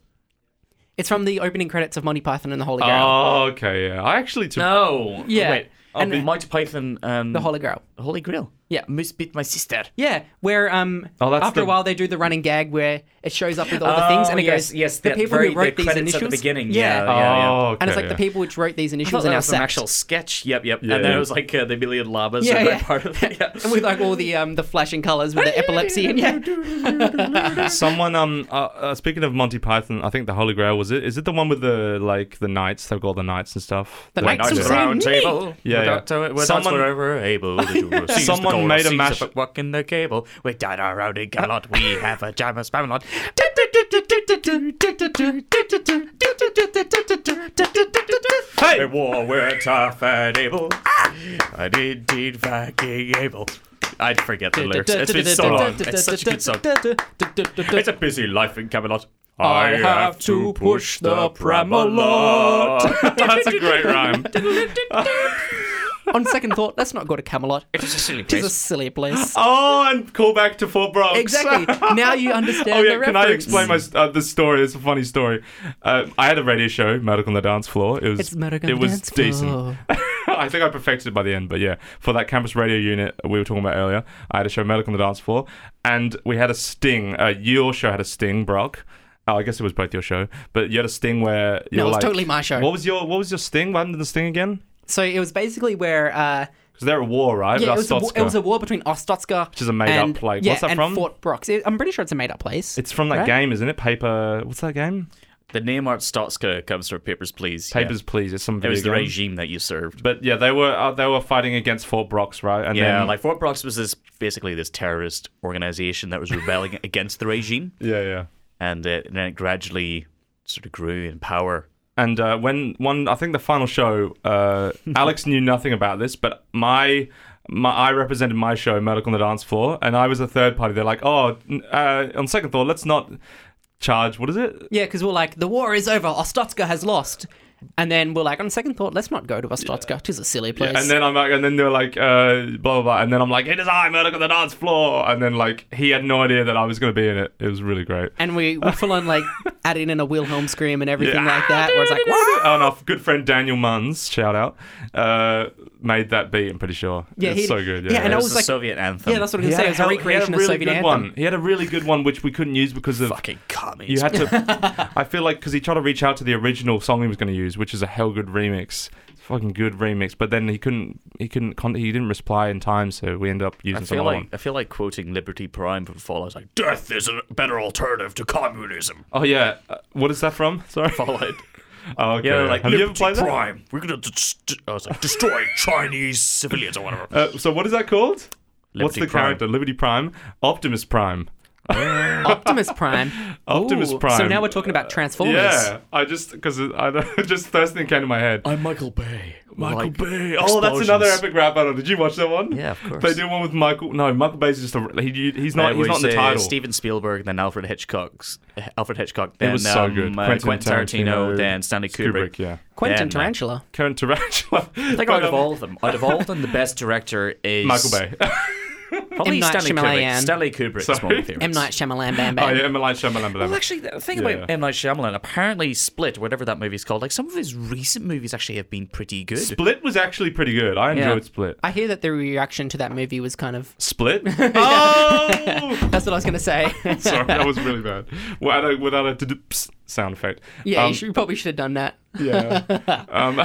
Speaker 4: it's from the opening credits of Monty Python and the Holy Grail.
Speaker 2: Oh, okay. Yeah. I actually took.
Speaker 1: no. Oh,
Speaker 4: Yeah.
Speaker 1: Wait.
Speaker 4: And-
Speaker 1: And Monty Python and
Speaker 4: the Holy Grail.
Speaker 1: Holy Grail.
Speaker 4: Yeah.
Speaker 1: Moose bit my sister.
Speaker 4: Yeah, where um,
Speaker 2: Oh, that's
Speaker 4: after
Speaker 2: the-
Speaker 4: a while they do the running gag where it shows up with all the things and it
Speaker 1: Oh, yes,
Speaker 4: goes,
Speaker 1: yes,
Speaker 4: the
Speaker 1: that
Speaker 4: people
Speaker 1: very-
Speaker 4: who wrote
Speaker 1: the
Speaker 4: these
Speaker 1: credits
Speaker 4: initials.
Speaker 1: at the beginning.
Speaker 4: yeah.
Speaker 1: Yeah, yeah,
Speaker 2: Oh,
Speaker 1: yeah.
Speaker 2: okay.
Speaker 4: and it's like
Speaker 2: yeah.
Speaker 4: the people which wrote these
Speaker 1: Well,
Speaker 4: initials
Speaker 1: that
Speaker 4: in our
Speaker 1: was an
Speaker 4: sect.
Speaker 1: actual sketch. Yep, yep.
Speaker 2: Yeah,
Speaker 1: and then
Speaker 2: yeah.
Speaker 1: it was like uh, the million llamas.
Speaker 4: Yeah,
Speaker 1: Yeah,
Speaker 4: yeah.
Speaker 1: Part of
Speaker 4: [laughs]
Speaker 1: it. Yeah.
Speaker 4: with like all the um the flashing colors with the epilepsy and
Speaker 2: [laughs]
Speaker 4: yeah.
Speaker 2: Someone, um, uh, uh, speaking of Monty Python, I think the Holy Grail was it? Is it the one with the like the knights? They've got all the knights and stuff.
Speaker 4: The
Speaker 2: Like,
Speaker 1: Knights
Speaker 4: knights of
Speaker 1: of
Speaker 2: yeah.
Speaker 1: the
Speaker 4: Round
Speaker 1: Round
Speaker 4: Table.
Speaker 1: Table.
Speaker 2: Yeah, yeah.
Speaker 1: Without, uh, without
Speaker 2: Someone-
Speaker 1: whatever able to do. [laughs] Seize the
Speaker 2: Someone
Speaker 1: goal,
Speaker 2: made a
Speaker 1: seize
Speaker 2: mash-
Speaker 1: the buck in the cable. We dine around in Camelot. We [laughs] have a jam and spam a lot.
Speaker 2: Hey!
Speaker 1: In war, we're tough and able. And indeed, fucking able. I'd forget the lyrics. It's been so long. It's such a good song. It's a busy life in Camelot.
Speaker 4: I have to push the pram a
Speaker 2: [laughs] That's a great rhyme.
Speaker 4: On second thought, let's not go to Camelot.
Speaker 1: It is a silly
Speaker 4: It's a
Speaker 1: place.
Speaker 4: silly place.
Speaker 2: [gasps] Oh, and call back to Fort Bronx. [laughs]
Speaker 4: Exactly. Now you understand
Speaker 2: Oh yeah,
Speaker 4: the
Speaker 2: can
Speaker 4: reference.
Speaker 2: I explain my uh, the story? It's a funny story. Uh, I had a radio show, Murdoch on the Dance Floor. It was
Speaker 4: It's Murdoch on
Speaker 2: it
Speaker 4: the
Speaker 2: was
Speaker 4: Dance
Speaker 2: decent.
Speaker 4: Floor.
Speaker 2: [laughs] I think I perfected it by the end, but yeah, for that campus radio unit we were talking about earlier, I had a show, Murdoch on the Dance Floor, and we had a sting. Uh, your show had a sting, Brock. Oh, I guess it was both your show, but you had a sting where you're
Speaker 4: it was
Speaker 2: like,
Speaker 4: totally my show.
Speaker 2: What was your What was your sting? What happened to the sting again?
Speaker 4: So it was basically where uh,
Speaker 2: Because they're at war, right?
Speaker 4: yeah, it
Speaker 2: With
Speaker 4: was, a, wa-
Speaker 2: Ostotska.
Speaker 4: it was a war between Ostotska, which
Speaker 2: is a made-up place.
Speaker 4: Yeah,
Speaker 2: What's that
Speaker 4: and
Speaker 2: from?
Speaker 4: Fort Brox. It- I'm pretty sure it's a made-up place.
Speaker 2: It's from that
Speaker 4: right?
Speaker 2: game, isn't it? Paper. What's that game?
Speaker 1: The name Art Stotska comes from Papers, Please. yeah.
Speaker 2: Papers, please. It's some
Speaker 1: It
Speaker 2: video
Speaker 1: was the
Speaker 2: game.
Speaker 1: regime that you served.
Speaker 2: But yeah, they were uh, they were fighting against Fort Brox, right? And
Speaker 1: Yeah,
Speaker 2: then,
Speaker 1: like Fort Brox was this basically this terrorist
Speaker 2: [laughs]
Speaker 1: organization that was rebelling against the regime,
Speaker 2: yeah, yeah.
Speaker 1: and, uh, and then it gradually sort of grew in power.
Speaker 2: And uh, when one, I think the final show, uh, Alex knew nothing about this, but my, my I represented my show, Murdoch on the Dance Floor, and I was a third party. They're like, oh, n- uh, on second thought, let's not charge. What is it?
Speaker 4: Yeah, because we're like, the war is over. Ostrotska has lost. And then we're like, on second thought, let's not go to Ostrotska. Tis a silly place.
Speaker 2: And then I'm like, and then they're like, uh, blah blah blah, and then I'm like, it is I, Murdoch on the Dance Floor, and then like he had no idea that I was gonna be in it. It was really great.
Speaker 4: And we, we full on
Speaker 2: [laughs]
Speaker 4: like added in a Wilhelm scream and everything
Speaker 2: Yeah.
Speaker 4: like that. Where it's like, "Wah!"
Speaker 2: Oh, and our good friend Daniel Munns, shout out, uh, made that beat. I'm pretty sure.
Speaker 4: Yeah,
Speaker 2: it's
Speaker 4: he-
Speaker 2: so good. Yeah,
Speaker 4: yeah, and
Speaker 1: It
Speaker 4: I
Speaker 1: was,
Speaker 4: was
Speaker 1: the
Speaker 4: like-
Speaker 1: Soviet anthem.
Speaker 4: yeah, that's what I
Speaker 2: He
Speaker 4: was gonna
Speaker 2: had
Speaker 4: say. It was a
Speaker 2: hell-
Speaker 4: recreation
Speaker 2: he had a really
Speaker 4: of Soviet
Speaker 2: good
Speaker 4: anthem.
Speaker 2: one. He had a really good one which we couldn't use because of
Speaker 1: fucking commies.
Speaker 2: you had
Speaker 1: [laughs]
Speaker 2: to. I feel like because he tried to reach out to the original song he was going to use, which is a hell good remix, It's a fucking good remix. But then he couldn't. He couldn't. Con- he didn't reply in time, so we ended up using
Speaker 1: I
Speaker 2: some
Speaker 1: feel
Speaker 2: other
Speaker 1: like
Speaker 2: one.
Speaker 1: I feel like quoting Liberty Prime from Fallout. Like death is a better alternative to communism.
Speaker 2: Oh yeah, Uh, what is that from? [laughs] Sorry.
Speaker 1: Fallout.
Speaker 2: Oh, okay.
Speaker 1: Yeah, they're like
Speaker 2: Have you ever
Speaker 1: Liberty
Speaker 2: played that?
Speaker 1: Prime. We're gonna dest- I was like,
Speaker 2: [laughs]
Speaker 1: destroy Chinese civilians or whatever.
Speaker 2: Uh, so what is that called? What's
Speaker 1: Liberty
Speaker 2: the
Speaker 1: Prime.
Speaker 2: character? Liberty Prime, Optimus Prime.
Speaker 4: Optimus Prime.
Speaker 2: [laughs] Optimus
Speaker 4: Ooh, So
Speaker 2: Prime. Uh,
Speaker 4: now we're talking about Transformers.
Speaker 2: Yeah, I just because I [laughs] don't- just first thing came to my head.
Speaker 1: I'm Michael Bay. Michael Bay.
Speaker 2: Oh, that's another epic rap battle. Did you watch that one?
Speaker 1: Yeah, of course.
Speaker 2: They did one with Michael. No, Michael Bay's just a. He, he's
Speaker 1: No,
Speaker 2: not. he's not in the title.
Speaker 1: Steven Spielberg, then Alfred Hitchcock's Alfred Hitchcock, then
Speaker 2: was so
Speaker 1: um,
Speaker 2: good.
Speaker 1: uh,
Speaker 2: Quentin
Speaker 1: Quentin, Tarantino,
Speaker 2: Tarantino,
Speaker 1: then Stanley Kubrick.
Speaker 2: Kubrick, yeah.
Speaker 4: Quentin
Speaker 1: Then, uh,
Speaker 4: Tarantula.
Speaker 2: Current
Speaker 1: [laughs]
Speaker 2: tarantula.
Speaker 1: I think out of all of them, out of all of them, the best director is [laughs]
Speaker 2: Michael Bay. Oh,
Speaker 1: Probably
Speaker 4: M. Night
Speaker 1: Stanley Kubrick.
Speaker 4: Shyamalan.
Speaker 1: Stanley Kubrick
Speaker 2: Sorry.
Speaker 1: is one of my favorites.
Speaker 4: M. Night Shyamalan Bam
Speaker 2: oh
Speaker 4: Bam.
Speaker 2: yeah, Emily Shyamalan. blah,
Speaker 1: Well,
Speaker 2: blah.
Speaker 1: actually, the thing
Speaker 2: [laughs] Yeah.
Speaker 1: about M Night Shyamalan, apparently Split, whatever that movie's called, like some of his recent movies actually have been pretty good.
Speaker 2: Split was actually pretty good. I enjoyed Split.
Speaker 4: I hear that the reaction to that movie was kind of.
Speaker 2: Split.
Speaker 1: [laughs]
Speaker 2: oh,
Speaker 4: That's what I was going to
Speaker 2: [laughs]
Speaker 4: say.
Speaker 2: sorry, that was really bad. Without a, without a d- sound effect.
Speaker 4: yeah,
Speaker 2: Um,
Speaker 4: you, should, you probably should have done that.
Speaker 2: Yeah. um,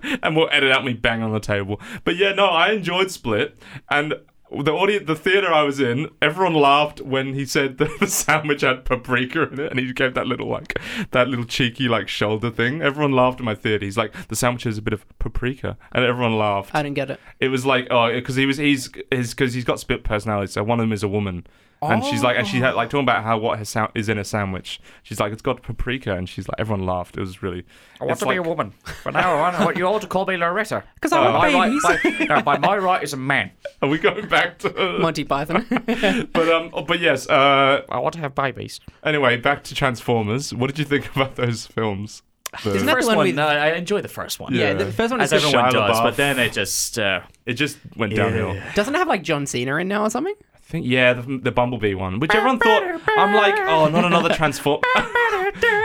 Speaker 2: [laughs] and we'll edit out me bang on the table. But yeah, no, I enjoyed Split and the audience, the theater I was in, everyone laughed when he said [laughs] that the sandwich had paprika in it, and he gave that little like that little cheeky like shoulder thing. Everyone laughed in my theater. He's like, the sandwich has a bit of paprika, and everyone laughed.
Speaker 4: I didn't get it.
Speaker 2: It was like oh, because he was he's his because he's got split personality. So one of them is a woman, and she's like and she
Speaker 1: Oh.
Speaker 2: had like talking about how what her sa- is in a sandwich. She's like it's got paprika, and she's like everyone laughed. It was really.
Speaker 1: I want
Speaker 2: it's
Speaker 1: to
Speaker 2: like,
Speaker 1: be a woman. From now on, I want you all to call me Loretta. Because
Speaker 4: I want
Speaker 1: my
Speaker 4: babies.
Speaker 1: right, by, no, by my right is a man.
Speaker 2: Are we going back to?
Speaker 4: Monty Python.
Speaker 2: [laughs] but um, oh, but yes. Uh,
Speaker 1: I want to have babies.
Speaker 2: anyway, back to Transformers. What did you think [laughs] about those films? The-
Speaker 4: Isn't that the
Speaker 1: first
Speaker 4: one
Speaker 1: one,
Speaker 4: with-
Speaker 1: no, I enjoy the first one.
Speaker 4: [laughs] yeah,
Speaker 2: Yeah.
Speaker 4: the first one is.
Speaker 1: As everyone
Speaker 2: Shia
Speaker 1: does,
Speaker 2: LaBeouf.
Speaker 1: but then it just uh,
Speaker 2: it just went downhill.
Speaker 4: Doesn't it have like John Cena in now or something?
Speaker 2: I think yeah, the, the Bumblebee one, which everyone thought. I'm like,
Speaker 1: [laughs]
Speaker 2: oh, not another Transform.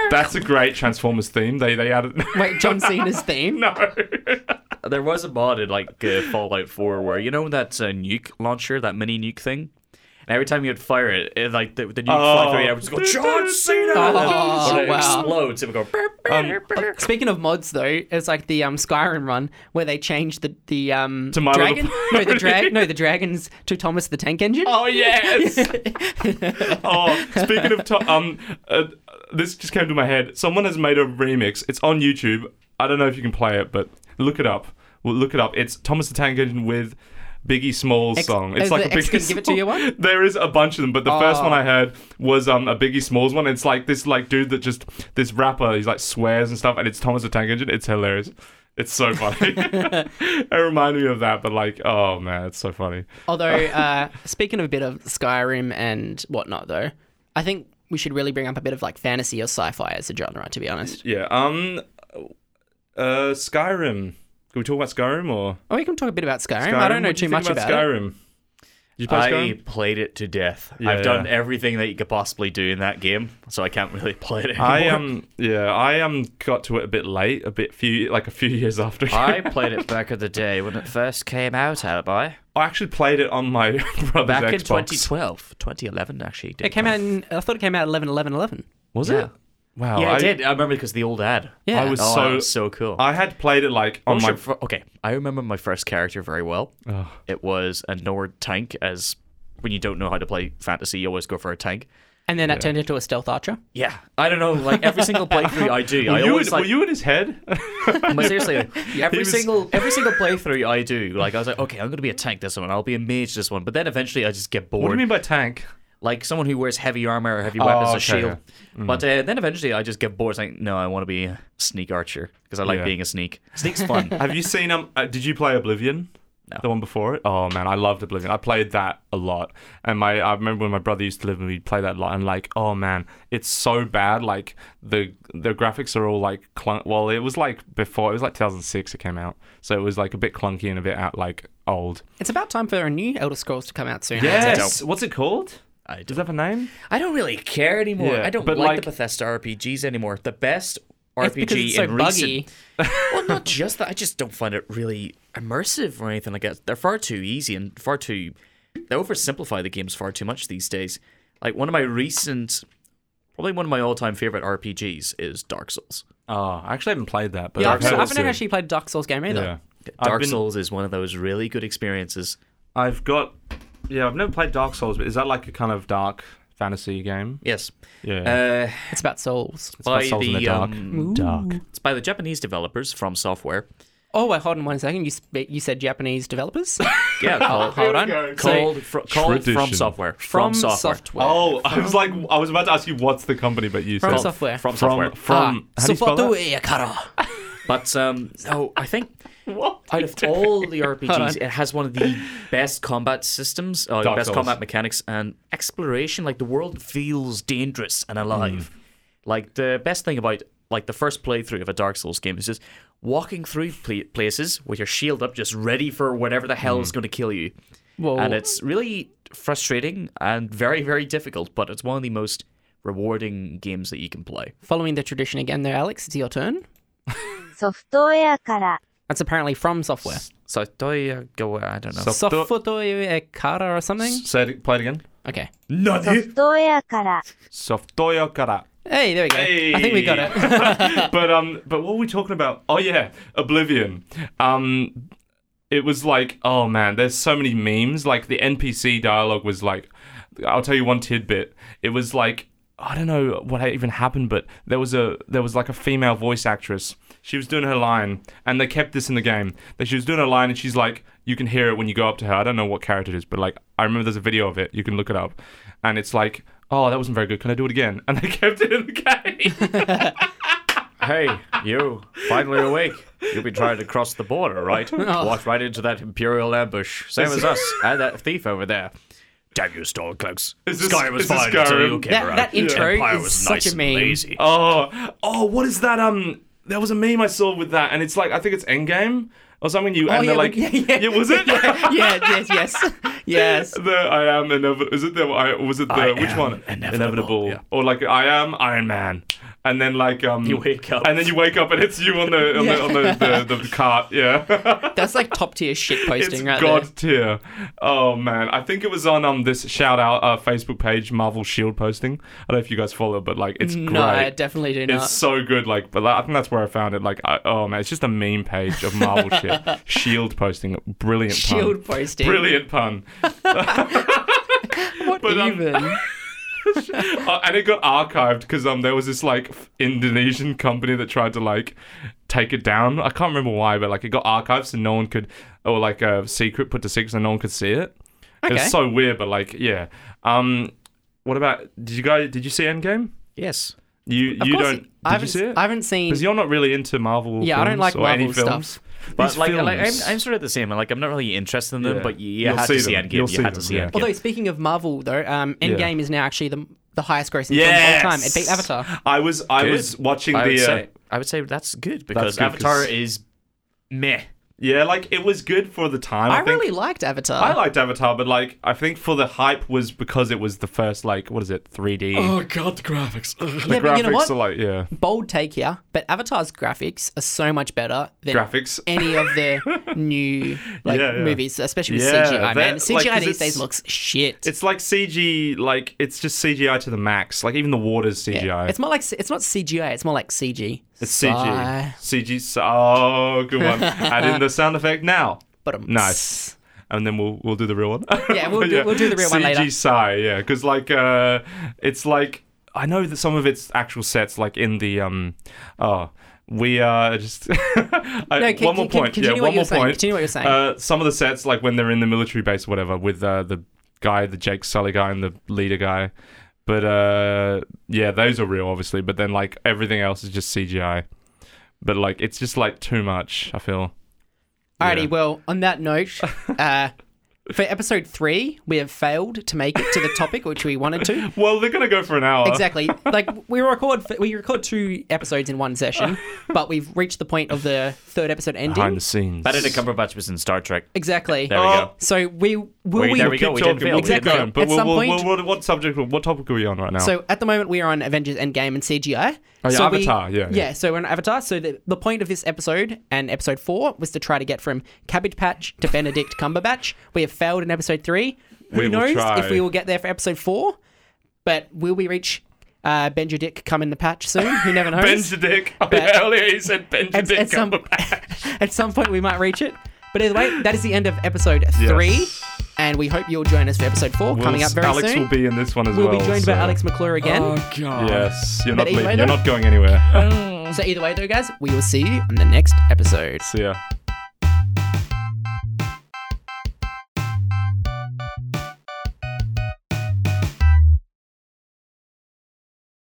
Speaker 2: That's a great Transformers theme. They they added. [laughs]
Speaker 4: Wait, John Cena's theme?
Speaker 2: no.
Speaker 1: There was a mod in like uh, Fallout 4 where you know that uh, nuke launcher, that mini nuke thing. And every time you'd fire it, it like the, the nuke
Speaker 2: Oh.
Speaker 1: fly through, I would just go John Cena,
Speaker 4: Oh,
Speaker 1: and it
Speaker 4: wow.
Speaker 1: explodes. It would go. Um,
Speaker 4: Uh, Speaking of mods, though, it's like the um, Skyrim run where they changed the the um
Speaker 2: To My Little
Speaker 4: dragon. No, the
Speaker 2: Pony.
Speaker 4: drag. No, the dragons to Thomas the Tank Engine.
Speaker 2: Oh yes.
Speaker 4: [laughs]
Speaker 2: oh, speaking of to- um, uh, this just came to my head. Someone has made a remix. It's on YouTube. I don't know if you can play it, but look it up. Well, look it up. It's Thomas the Tank Engine with Biggie Smalls
Speaker 4: X-
Speaker 2: song. It's
Speaker 4: is
Speaker 2: like
Speaker 4: oh, the
Speaker 2: a
Speaker 4: X
Speaker 2: Biggie.
Speaker 4: Gonna Give It To You
Speaker 2: Smalls-
Speaker 4: one?
Speaker 2: There is a bunch of them, but the first
Speaker 4: Oh.
Speaker 2: one I heard was um a Biggie Smalls one. It's like this like dude that just this rapper. He's like swears and stuff, and it's Thomas the Tank Engine. It's hilarious. It's
Speaker 4: [laughs]
Speaker 2: so funny. [laughs] it reminded me of that, but like, oh man, it's so funny. [laughs]
Speaker 4: Although, uh, speaking of a bit of Skyrim and whatnot, though, I think we should really bring up a bit of like fantasy or sci-fi as a genre. To be honest,
Speaker 2: Yeah. Um. Uh, Skyrim. Can we talk about Skyrim or?
Speaker 4: or we can talk a bit about Skyrim.
Speaker 2: Skyrim?
Speaker 4: Um, I don't know
Speaker 2: What do
Speaker 4: too
Speaker 2: you think
Speaker 4: much about, it.
Speaker 2: Skyrim. Did you play
Speaker 1: I [laughs]
Speaker 2: Skyrim?
Speaker 1: played it to death.
Speaker 2: Yeah,
Speaker 1: I've done
Speaker 2: yeah.
Speaker 1: everything that you could possibly do in that game, so I can't really [laughs] play it anymore.
Speaker 2: I um yeah I um got to it a bit late, a bit few like a few [laughs] years after.
Speaker 1: I played it back in the day when it first came out, Alibi.
Speaker 2: I actually played it on my [laughs] brother's
Speaker 1: Back in
Speaker 2: Xbox.
Speaker 1: 2012, 2011 actually.
Speaker 4: It came out. In, I thought it came out 11, 11, 11.
Speaker 2: was
Speaker 1: Yeah.
Speaker 2: it? Wow.
Speaker 1: Yeah,
Speaker 2: I
Speaker 1: Oh, I did. I remember because the old ad.
Speaker 4: Yeah.
Speaker 2: I was
Speaker 1: Oh,
Speaker 2: so
Speaker 1: that was so cool.
Speaker 2: I had played it like
Speaker 1: What
Speaker 2: on
Speaker 1: was
Speaker 2: my
Speaker 1: your fir- okay, I remember my first character very well. It was a Nord tank. As when you don't know how to play fantasy, you always go for a tank.
Speaker 4: And then that turned into a stealth archer.
Speaker 1: Yeah, I don't know. Like every single playthrough I
Speaker 2: [laughs]
Speaker 1: do,
Speaker 2: were
Speaker 1: I
Speaker 2: you, in,
Speaker 1: always like.
Speaker 2: were you in his head? [laughs]
Speaker 1: But seriously, like, every
Speaker 2: was- [laughs]
Speaker 1: single every single playthrough I do, like I was like, okay, I'm gonna be a tank this one. I'll be a mage this one. But then eventually, I just get bored.
Speaker 2: what do you mean by tank?
Speaker 1: like someone who wears heavy armor or heavy weapons
Speaker 2: Oh,
Speaker 1: or
Speaker 2: okay,
Speaker 1: shield. But uh, then eventually I just get bored saying, no, I want to be a sneak archer because I like
Speaker 2: Yeah.
Speaker 1: being a sneak. Sneak's
Speaker 2: [laughs]
Speaker 1: fun.
Speaker 2: Have you seen um? Uh, did you play Oblivion?
Speaker 1: No.
Speaker 2: The one before it. Oh man, I loved Oblivion. I played that a lot, and my I remember when my brother used to live and we'd play that a lot. And like, oh man, it's so bad. Like the the graphics are all like clunk. Well, it was like before. It was like 2006 it came out, so it was like a bit clunky and a bit out like old.
Speaker 4: It's about time for a new Elder Scrolls to come out soon.
Speaker 2: Yes. What's it called?
Speaker 1: I
Speaker 2: Does it have a name?
Speaker 1: I don't really care anymore.
Speaker 2: Yeah,
Speaker 1: I don't
Speaker 2: but,
Speaker 1: like,
Speaker 2: like-
Speaker 1: the Bethesda RPGs anymore. The best
Speaker 4: It's because
Speaker 1: RPG
Speaker 4: it's so
Speaker 1: in
Speaker 4: buggy.
Speaker 1: recent. [laughs] well, not just that. I just don't find it really immersive or anything like that. They're far too easy and far too. They oversimplify the games far too much these days. Like one of my recent, probably one of my all-time favorite RPGs is Dark Souls.
Speaker 2: Oh, I actually haven't played that, but
Speaker 4: Yeah,
Speaker 2: I've
Speaker 4: I've, I
Speaker 2: heard
Speaker 4: haven't
Speaker 2: it's good.
Speaker 4: actually played a Dark Souls game either.
Speaker 2: Yeah. I've
Speaker 1: Dark
Speaker 2: been-
Speaker 1: Souls is one of those really good experiences.
Speaker 2: I've got. Yeah, I've never played Dark Souls, but is that like a kind of dark fantasy game?
Speaker 1: Yes.
Speaker 2: Yeah.
Speaker 1: Uh,
Speaker 4: It's about souls.
Speaker 2: It's about
Speaker 1: by
Speaker 2: Souls in the
Speaker 1: the,
Speaker 2: dark.
Speaker 1: um,
Speaker 2: dark.
Speaker 1: it's by the Japanese developers from Software.
Speaker 4: Oh wait, hold on one second. You sp- you said Japanese
Speaker 2: [laughs]
Speaker 4: developers?
Speaker 1: Yeah, called, hold
Speaker 2: we go.
Speaker 1: on. Called, fr- called from
Speaker 2: Tradition.
Speaker 1: software. From, software.
Speaker 2: Oh, I was like, I was about to ask you what's the company, but you
Speaker 4: From
Speaker 2: said
Speaker 4: software.
Speaker 1: From software.
Speaker 2: from from.
Speaker 4: Ah,
Speaker 2: how do you spell that?
Speaker 4: Sofotoe Yakaro.
Speaker 1: But um, no, I think
Speaker 2: What?
Speaker 1: out of all the RPGs,
Speaker 4: on.
Speaker 1: it has one of the best combat systems, uh,
Speaker 2: Dark
Speaker 1: best
Speaker 2: Souls.
Speaker 1: combat mechanics, and exploration. Like the world feels dangerous
Speaker 2: Hmm.
Speaker 1: and alive. Like the best thing about like the first playthrough of a Dark Souls game is just walking through pla places with your shield up, just ready for whatever the
Speaker 2: Hmm.
Speaker 1: hell is going to kill you.
Speaker 4: Whoa.
Speaker 1: And it's really frustrating and very, very difficult, but it's one of the most rewarding games that you can play.
Speaker 4: Following the tradition again there, Alex. It's your turn.
Speaker 6: ソフトウェアから、
Speaker 4: That's apparently from software.
Speaker 1: So Toya go I don't know.
Speaker 2: Sofoto-
Speaker 4: Sofotoe Yakara or something.
Speaker 2: Say it, play it again.
Speaker 4: Okay.
Speaker 6: ソフトウェアから、
Speaker 2: Softoyo kara.
Speaker 4: Hey, there we go. I think we got it.
Speaker 2: [laughs] but um, but what were we talking about? Oh yeah, Oblivion. Um, it was like, oh man, there's so many memes. Like the NPC dialogue was like, I'll tell you one tidbit. It was like, I don't know what even happened, but there was a there was like a female voice actress. She was doing her line, and they kept this in the game. That she was doing her line, and she's like, you can hear it when you go up to her. I don't know what character it is, but like, I remember there's a video of it. You can look it up, and it's like. Oh, that wasn't very good. Can I do it again? [laughs] And they kept it in the game.
Speaker 5: Hey, you, finally awake. You'll be trying to cross the border,
Speaker 4: [laughs]
Speaker 5: right?
Speaker 4: Oh.
Speaker 5: Walk right into that imperial ambush. Same as us and that thief over there. Damn you, stole cloaks.
Speaker 2: Is this-
Speaker 5: Sky was
Speaker 2: is this
Speaker 5: fine until you
Speaker 2: Skyrim?
Speaker 5: came
Speaker 4: That-
Speaker 5: around.
Speaker 4: that intro
Speaker 5: Empire
Speaker 4: is
Speaker 5: was nice
Speaker 4: such a
Speaker 5: and
Speaker 4: meme.
Speaker 5: lazy.
Speaker 2: Oh, oh, what is that? Um, there was a meme I saw with that, and it's like I think it's Endgame or something. You and
Speaker 4: Oh, yeah,
Speaker 2: they're like,
Speaker 4: yeah, yeah.
Speaker 2: was it?
Speaker 4: [laughs]
Speaker 2: [laughs]
Speaker 4: yeah, yes, yes. [laughs] Yes.
Speaker 2: The I am inevitable. Is it the I was it the
Speaker 5: I
Speaker 2: which
Speaker 5: am
Speaker 2: one?
Speaker 5: inevitable, yeah.
Speaker 2: Or like I am Iron Man, and then like um you
Speaker 5: wake up.
Speaker 2: and then you wake up and it's you on the on the on the, the, the cart. Yeah.
Speaker 4: That's like top tier shit [laughs] posting
Speaker 2: it's
Speaker 4: right
Speaker 2: god
Speaker 4: there.
Speaker 2: tier. Oh man, I think it was on um this shout out uh, Facebook page Marvel Shield posting. I don't know if you guys follow, it, but like it's great.
Speaker 4: No, I definitely do not.
Speaker 2: It's so good, like, but like, I think that's where I found it. Like, I, oh man, it's just a meme page of Marvel
Speaker 4: [laughs]
Speaker 2: shit. Shield posting, brilliant pun.
Speaker 4: Shield posting.
Speaker 2: [laughs] Brilliant pun.
Speaker 4: [laughs] What
Speaker 2: but, um,
Speaker 4: even?
Speaker 2: Uh, and it got archived because um, there was this like f- Indonesian company that tried to like take it down. I can't remember why, but like it got archived so no one could, or like a secret put to secret so no one could see it.
Speaker 4: Okay.
Speaker 2: It's so weird, but like, yeah. Um, what about? Did you guys? Did you see Endgame?
Speaker 1: Yes.
Speaker 2: You
Speaker 4: Of
Speaker 2: you
Speaker 4: course
Speaker 2: don't? Did
Speaker 4: I haven't,
Speaker 2: you see it?
Speaker 4: I haven't seen.
Speaker 2: Because you're not really into Marvel.
Speaker 4: Yeah, I don't
Speaker 2: films
Speaker 4: like
Speaker 2: or any
Speaker 4: Marvel
Speaker 2: films.
Speaker 4: stuff.
Speaker 1: But
Speaker 2: These
Speaker 1: like, like I'm,
Speaker 2: films.
Speaker 1: I'm sort of the same. Like I'm not really interested in them,
Speaker 2: Yeah.
Speaker 1: but you, you
Speaker 2: You'll
Speaker 1: had
Speaker 2: see
Speaker 1: to see
Speaker 2: them.
Speaker 1: Endgame.
Speaker 2: You'll
Speaker 1: You
Speaker 2: see
Speaker 1: had to
Speaker 2: them,
Speaker 1: see
Speaker 2: yeah.
Speaker 1: Endgame.
Speaker 4: Although speaking of Marvel, though, um, Endgame is now actually the the highest grossing film of all time. It beat Avatar.
Speaker 2: I was I
Speaker 1: Good.
Speaker 2: was watching
Speaker 1: I would,
Speaker 2: the uh,
Speaker 1: say, I would say that's good because
Speaker 2: good, 'cause-
Speaker 1: Avatar is meh.
Speaker 2: yeah, like it was good for the time. I,
Speaker 4: I,
Speaker 2: think.
Speaker 4: really liked Avatar.
Speaker 2: I liked Avatar, but like I think for the hype was because it was the first like what is it 3D
Speaker 1: god, the graphics.
Speaker 2: the
Speaker 4: Oh, yeah, but you know what?
Speaker 2: are like yeah
Speaker 4: Bold take here, but Avatar's graphics are so much better than
Speaker 2: graphics.
Speaker 4: any of
Speaker 2: [laughs]
Speaker 4: the new like
Speaker 2: Yeah, yeah.
Speaker 4: movies, especially with
Speaker 2: Yeah,
Speaker 4: CGI.
Speaker 2: that-
Speaker 4: Man,
Speaker 2: like,
Speaker 4: CGI
Speaker 2: 'cause
Speaker 4: these days
Speaker 2: it's-
Speaker 4: looks shit.
Speaker 2: It's like CG, like it's just CGI to the max. Like even the water's CGI.
Speaker 4: Yeah. It's more like it's not CGI. It's more like CG.
Speaker 2: It's CG.
Speaker 4: Sigh.
Speaker 2: CG. so- Oh,
Speaker 4: [laughs]
Speaker 2: good one. Add in the sound effect now.
Speaker 4: But um,
Speaker 2: Nice. And then we'll we'll do the real one.
Speaker 4: [laughs] Yeah, we'll do- we'll do the real one later.
Speaker 2: CG sigh, yeah, because like uh, it's like I know that some of its actual sets, like in the um, oh, we are just [laughs] I-
Speaker 4: No, can-
Speaker 2: one more
Speaker 4: can-
Speaker 2: point.
Speaker 4: continue
Speaker 2: yeah,
Speaker 4: what
Speaker 2: one
Speaker 4: you were
Speaker 2: more
Speaker 4: saying.
Speaker 2: point.
Speaker 4: Continue what you were saying.
Speaker 2: Uh, some of the sets, like when they're in the military base, or whatever, with uh, the guy, the Jake Sully guy, and the leader guy. But uh, yeah, those are real, obviously. But then like everything else is just CGI. But like it's just like too much. I feel.
Speaker 4: Alrighty,
Speaker 2: Yeah.
Speaker 4: well, on that note, uh, for episode three, we have failed to make it to the topic which we wanted to.
Speaker 2: Well, they're gonna go for an hour.
Speaker 4: Exactly. Like we record, we record two episodes in one session, but we've reached the point of the third episode
Speaker 2: Behind
Speaker 4: ending.
Speaker 2: the scenes.
Speaker 1: Benedict Cumberbatch was in Star Trek.
Speaker 4: Exactly.
Speaker 1: There we
Speaker 2: Oh.
Speaker 1: go.
Speaker 4: So we will
Speaker 1: Wait,
Speaker 4: we
Speaker 1: there we go. We did
Speaker 2: Talking,
Speaker 1: fail.
Speaker 2: we'll keep
Speaker 4: Exactly.
Speaker 2: going. But
Speaker 4: At
Speaker 2: we'll-
Speaker 4: some
Speaker 2: we'll-
Speaker 4: point-
Speaker 2: we'll- what subject? What topic are we on right now?
Speaker 4: So at the moment we are on Avengers Endgame and CGI.
Speaker 2: Oh, yeah,
Speaker 4: so we-
Speaker 2: Avatar, yeah, yeah.
Speaker 4: Yeah, so we're on Avatar. So the, the point of this episode and episode four was to try to get from Cabbage Patch to Benedict Cumberbatch. We have failed in episode three. Who
Speaker 2: We will
Speaker 4: knows
Speaker 2: try.
Speaker 4: if we will get there for episode four? But will we reach uh, Benjedict come in the patch soon? Who
Speaker 2: [laughs]
Speaker 4: never knows.
Speaker 2: Benedict. Oh, yeah, [laughs] earlier he said Benedict.
Speaker 4: at, at some,
Speaker 2: [laughs]
Speaker 4: [laughs] at some point we might reach it. But either way, that is the end of episode three. And we hope you'll join us for episode 4 coming
Speaker 2: We'll-
Speaker 4: up very
Speaker 2: Alex
Speaker 4: soon.
Speaker 2: will be in this one as
Speaker 4: we'll
Speaker 2: well.
Speaker 4: be joined
Speaker 2: so-
Speaker 4: by Alex McClure again.
Speaker 2: Yes, you're not
Speaker 4: But either
Speaker 2: leaving.
Speaker 4: way,
Speaker 2: You're
Speaker 4: though-
Speaker 2: not going anywhere.
Speaker 4: So either way, though, guys, we will see you on the next episode.
Speaker 2: See ya.